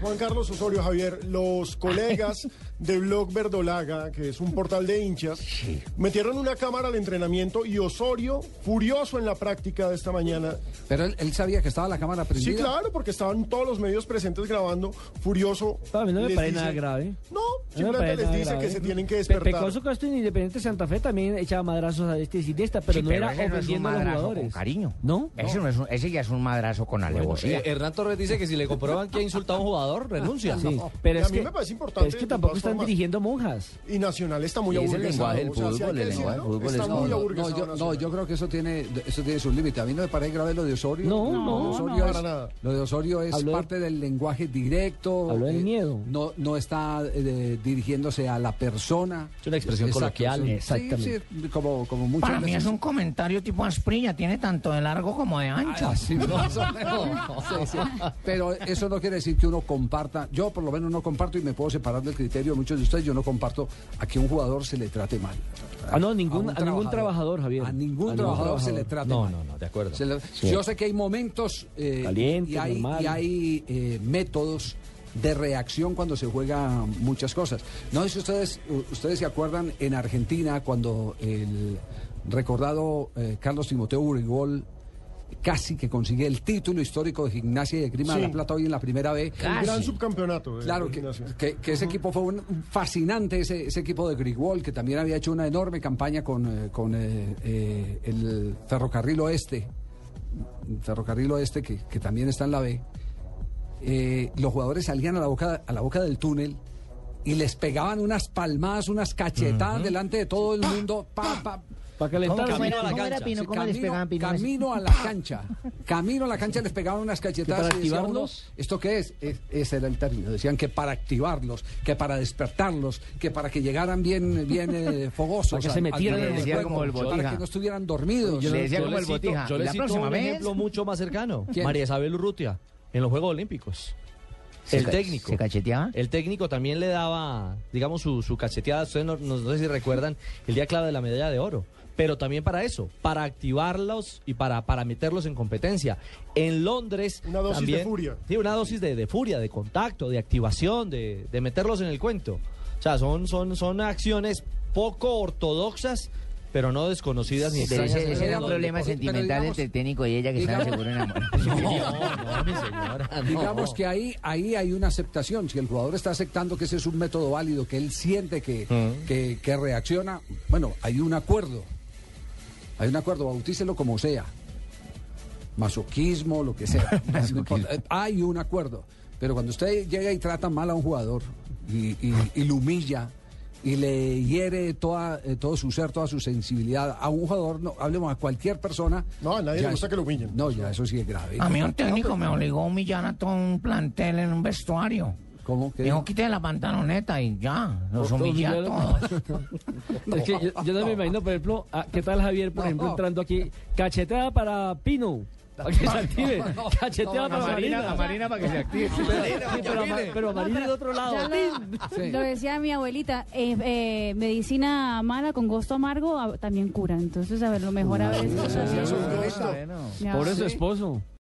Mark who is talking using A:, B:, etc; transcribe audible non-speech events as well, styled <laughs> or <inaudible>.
A: Juan Carlos Osorio Javier, los colegas de Blog Verdolaga, que es un portal de hinchas, metieron una cámara al entrenamiento y Osorio, furioso en la práctica de esta mañana,
B: Pero él, él sabía que estaba la cámara prendida.
A: sí, claro, porque estaban todos los medios presentes grabando, furioso.
C: A mí no me
A: les
C: parece
A: dice-
C: nada grave. No
A: No,
C: me
A: simplemente
C: parece
A: les
C: nada
A: dice
C: grave.
A: que se tienen que
C: Pepe
A: despertar.
C: Coso Castro en Independiente Santa Fe también echaba madrazos a este y de esta, pero
D: Sí,
C: no
D: pero
C: era
D: ese no es un
C: ofendiendo a los
D: madrazo
C: jugadores.
D: con cariño.
C: ¿No?
D: Ese, no es un- ese ya es un madrazo con alevosía.
E: Eh, Hernán Torres dice que si le comprueban que ha insultado a un jugador, renuncia.
C: Sí,
E: No.
C: pero
A: Y a
C: es
A: mí
C: que,
A: me parece importante,
C: es que
A: de
C: tampoco
A: todas
C: están
A: formas.
C: dirigiendo monjas.
A: Y Nacional está muy
F: Y es el
A: aburguesado.
F: lenguaje del
A: o sea, sí
F: fútbol,
A: hay que
F: el lenguaje
A: decirlo,
F: del fútbol
A: Está
F: es-
A: muy
F: No,
B: No,
A: aburguesado.
B: yo, no,
A: Nacional.
B: yo creo que eso tiene, eso tiene sus límites. A mí no me parece grave lo de Osorio.
C: No,
B: Lo de
C: no,
B: Osorio
A: no.
B: es-
A: Para nada.
B: Lo de Osorio es
C: Habló de-
B: parte del lenguaje directo.
C: Habló del
B: eh,
C: miedo.
B: No, no está eh, dirigiéndose a la persona.
E: Es una expresión coloquial.
B: sí,
C: Exactamente.
B: sí, como, como muchas
D: Para mí es
B: veces.
D: un comentario tipo asprilla, tiene tanto de largo como de ancho.
B: Así <laughs> más o menos. Sí, sí. Pero eso no quiere decir que uno comparta. Yo por lo menos no comparto y me puedo separar del criterio de muchos de ustedes. Yo no comparto a que un jugador se le trate mal.
C: Ah, no, ningún-
B: un
C: a ningún trabajador, Javier.
B: A
C: A
B: ningún
C: ningún
B: trabajador se le
C: trabajador.
B: trata
E: No,
B: mal.
E: no, no, de acuerdo.
B: Se le- Yo sé que hay momentos eh,
C: Caliente,
B: y hay,
C: normal.
B: y hay, eh, métodos de reacción cuando se juega muchas cosas. No sé si ustedes, u- ustedes se acuerdan en Argentina cuando el recordado eh, Carlos Timoteo Urigol casi que consigue el título histórico de Gimnasia y de Grima de
A: Sí.
B: la Plata hoy en la primera B.
A: El gran subcampeonato. de-
B: Claro,
A: de
B: que,
A: Nacional.
B: que- que ese equipo fue un un fascinante, ese, ese equipo de Grigol, que también había hecho una enorme campaña con, eh, con eh, eh, el Ferrocarril Oeste, Ferrocarril Oeste, que, que también está en la B. Eh, los jugadores salían a la, boca, a la boca del túnel y les pegaban unas palmadas, unas cachetadas delante de todo el mundo. Pa, pa,
C: Para calentar.
E: ¿Cómo
C: sí.
E: era? ¿Cómo era,
B: Sí,
E: Pino?
B: camino, camino a la cancha. Camino a la cancha les pegaban unas cachetadas.
C: ¿Que para
B: y decía uno,
C: activarlos?
B: ¿Esto qué es? Es- Ese era el término. Decían que para activarlos, que para despertarlos, que para que llegaran bien, bien eh, fogosos.
C: Para que se
B: al- al
C: metieran
B: terreno
C: en el
B: de
D: juego. Como el
B: Para
D: Botija.
B: que no estuvieran dormidos.
D: Yo-
B: Sí,
D: le decía
E: Yo
D: como
E: le
D: el
E: cito-
D: botija.
E: Yo le
D: La
E: cito
D: próxima
E: un
D: vez.
E: ejemplo mucho más cercano.
B: ¿Quién?
E: María Isabel Urrutia, en los Juegos Olímpicos. el
D: ca-
E: técnico.
D: ¿Se cacheteaba?
E: El técnico también le daba, digamos, su, su cacheteada. Ustedes no, no- no sé si recuerdan el día clave de la medalla de oro. Pero también para eso, para activarlos y para, para meterlos en competencia. En Londres.
A: Una dosis de
E: también-
A: furia.
E: Sí, una dosis de, de furia, de contacto, de activación, de, de meterlos en el cuento. O sea, son, son, son acciones poco ortodoxas, pero no desconocidas ni
D: Pero
E: extrañas.
D: ese,
E: en
D: ese
E: el
D: era un
E: mundo del
D: problema
E: deporte.
D: sentimental
B: digamos-
D: entre el técnico y ella que estaba
B: digamos-
D: seguro
E: No,
D: enamorada.
E: mi señora.
B: Digamos que ahí, ahí hay una aceptación. Si el jugador está aceptando que ese es un método válido, que él siente que,
D: Mm.
B: que, que reacciona, bueno, hay un acuerdo. Hay un acuerdo, bautícelo como sea. Masoquismo, lo que
D: <laughs>
B: sea. No importa. Eh, hay un acuerdo. Pero cuando usted llega y trata mal a un jugador y, y- y lo humilla y le hiere toda, eh, todo su ser, toda su sensibilidad a un jugador, no, hablemos a cualquier persona.
A: No, a nadie le
B: ya
A: gusta
B: es-
A: que lo humillen.
B: No, ya eso sí es grave.
D: A mí un técnico me obligó a humillar a todo un plantel en un vestuario.
B: ¿Cómo?
D: Me
B: ¿Qué
D: Dijo,
B: dijo?
D: quite la pantaloneta y ya, los
C: Todos
D: humillé a
C: humillaron.
D: todos.
C: Es que yo, yo no me imagino, por ejemplo, a- ¿qué tal Javier, por
B: No.
C: ejemplo, entrando aquí? Cacheteada para Pino. Para que se active. Cacheteada para Marina.
D: para que se active.
C: Sí, pero, a Ma- pero a Marina de otro lado.
F: Ya lo, lo decía mi abuelita, eh, eh, medicina mala con gusto amargo
D: Ah,
F: a- también cura. Entonces, a ver, lo mejor a veces.
A: Eso es un gusto.
C: Pobre su esposo.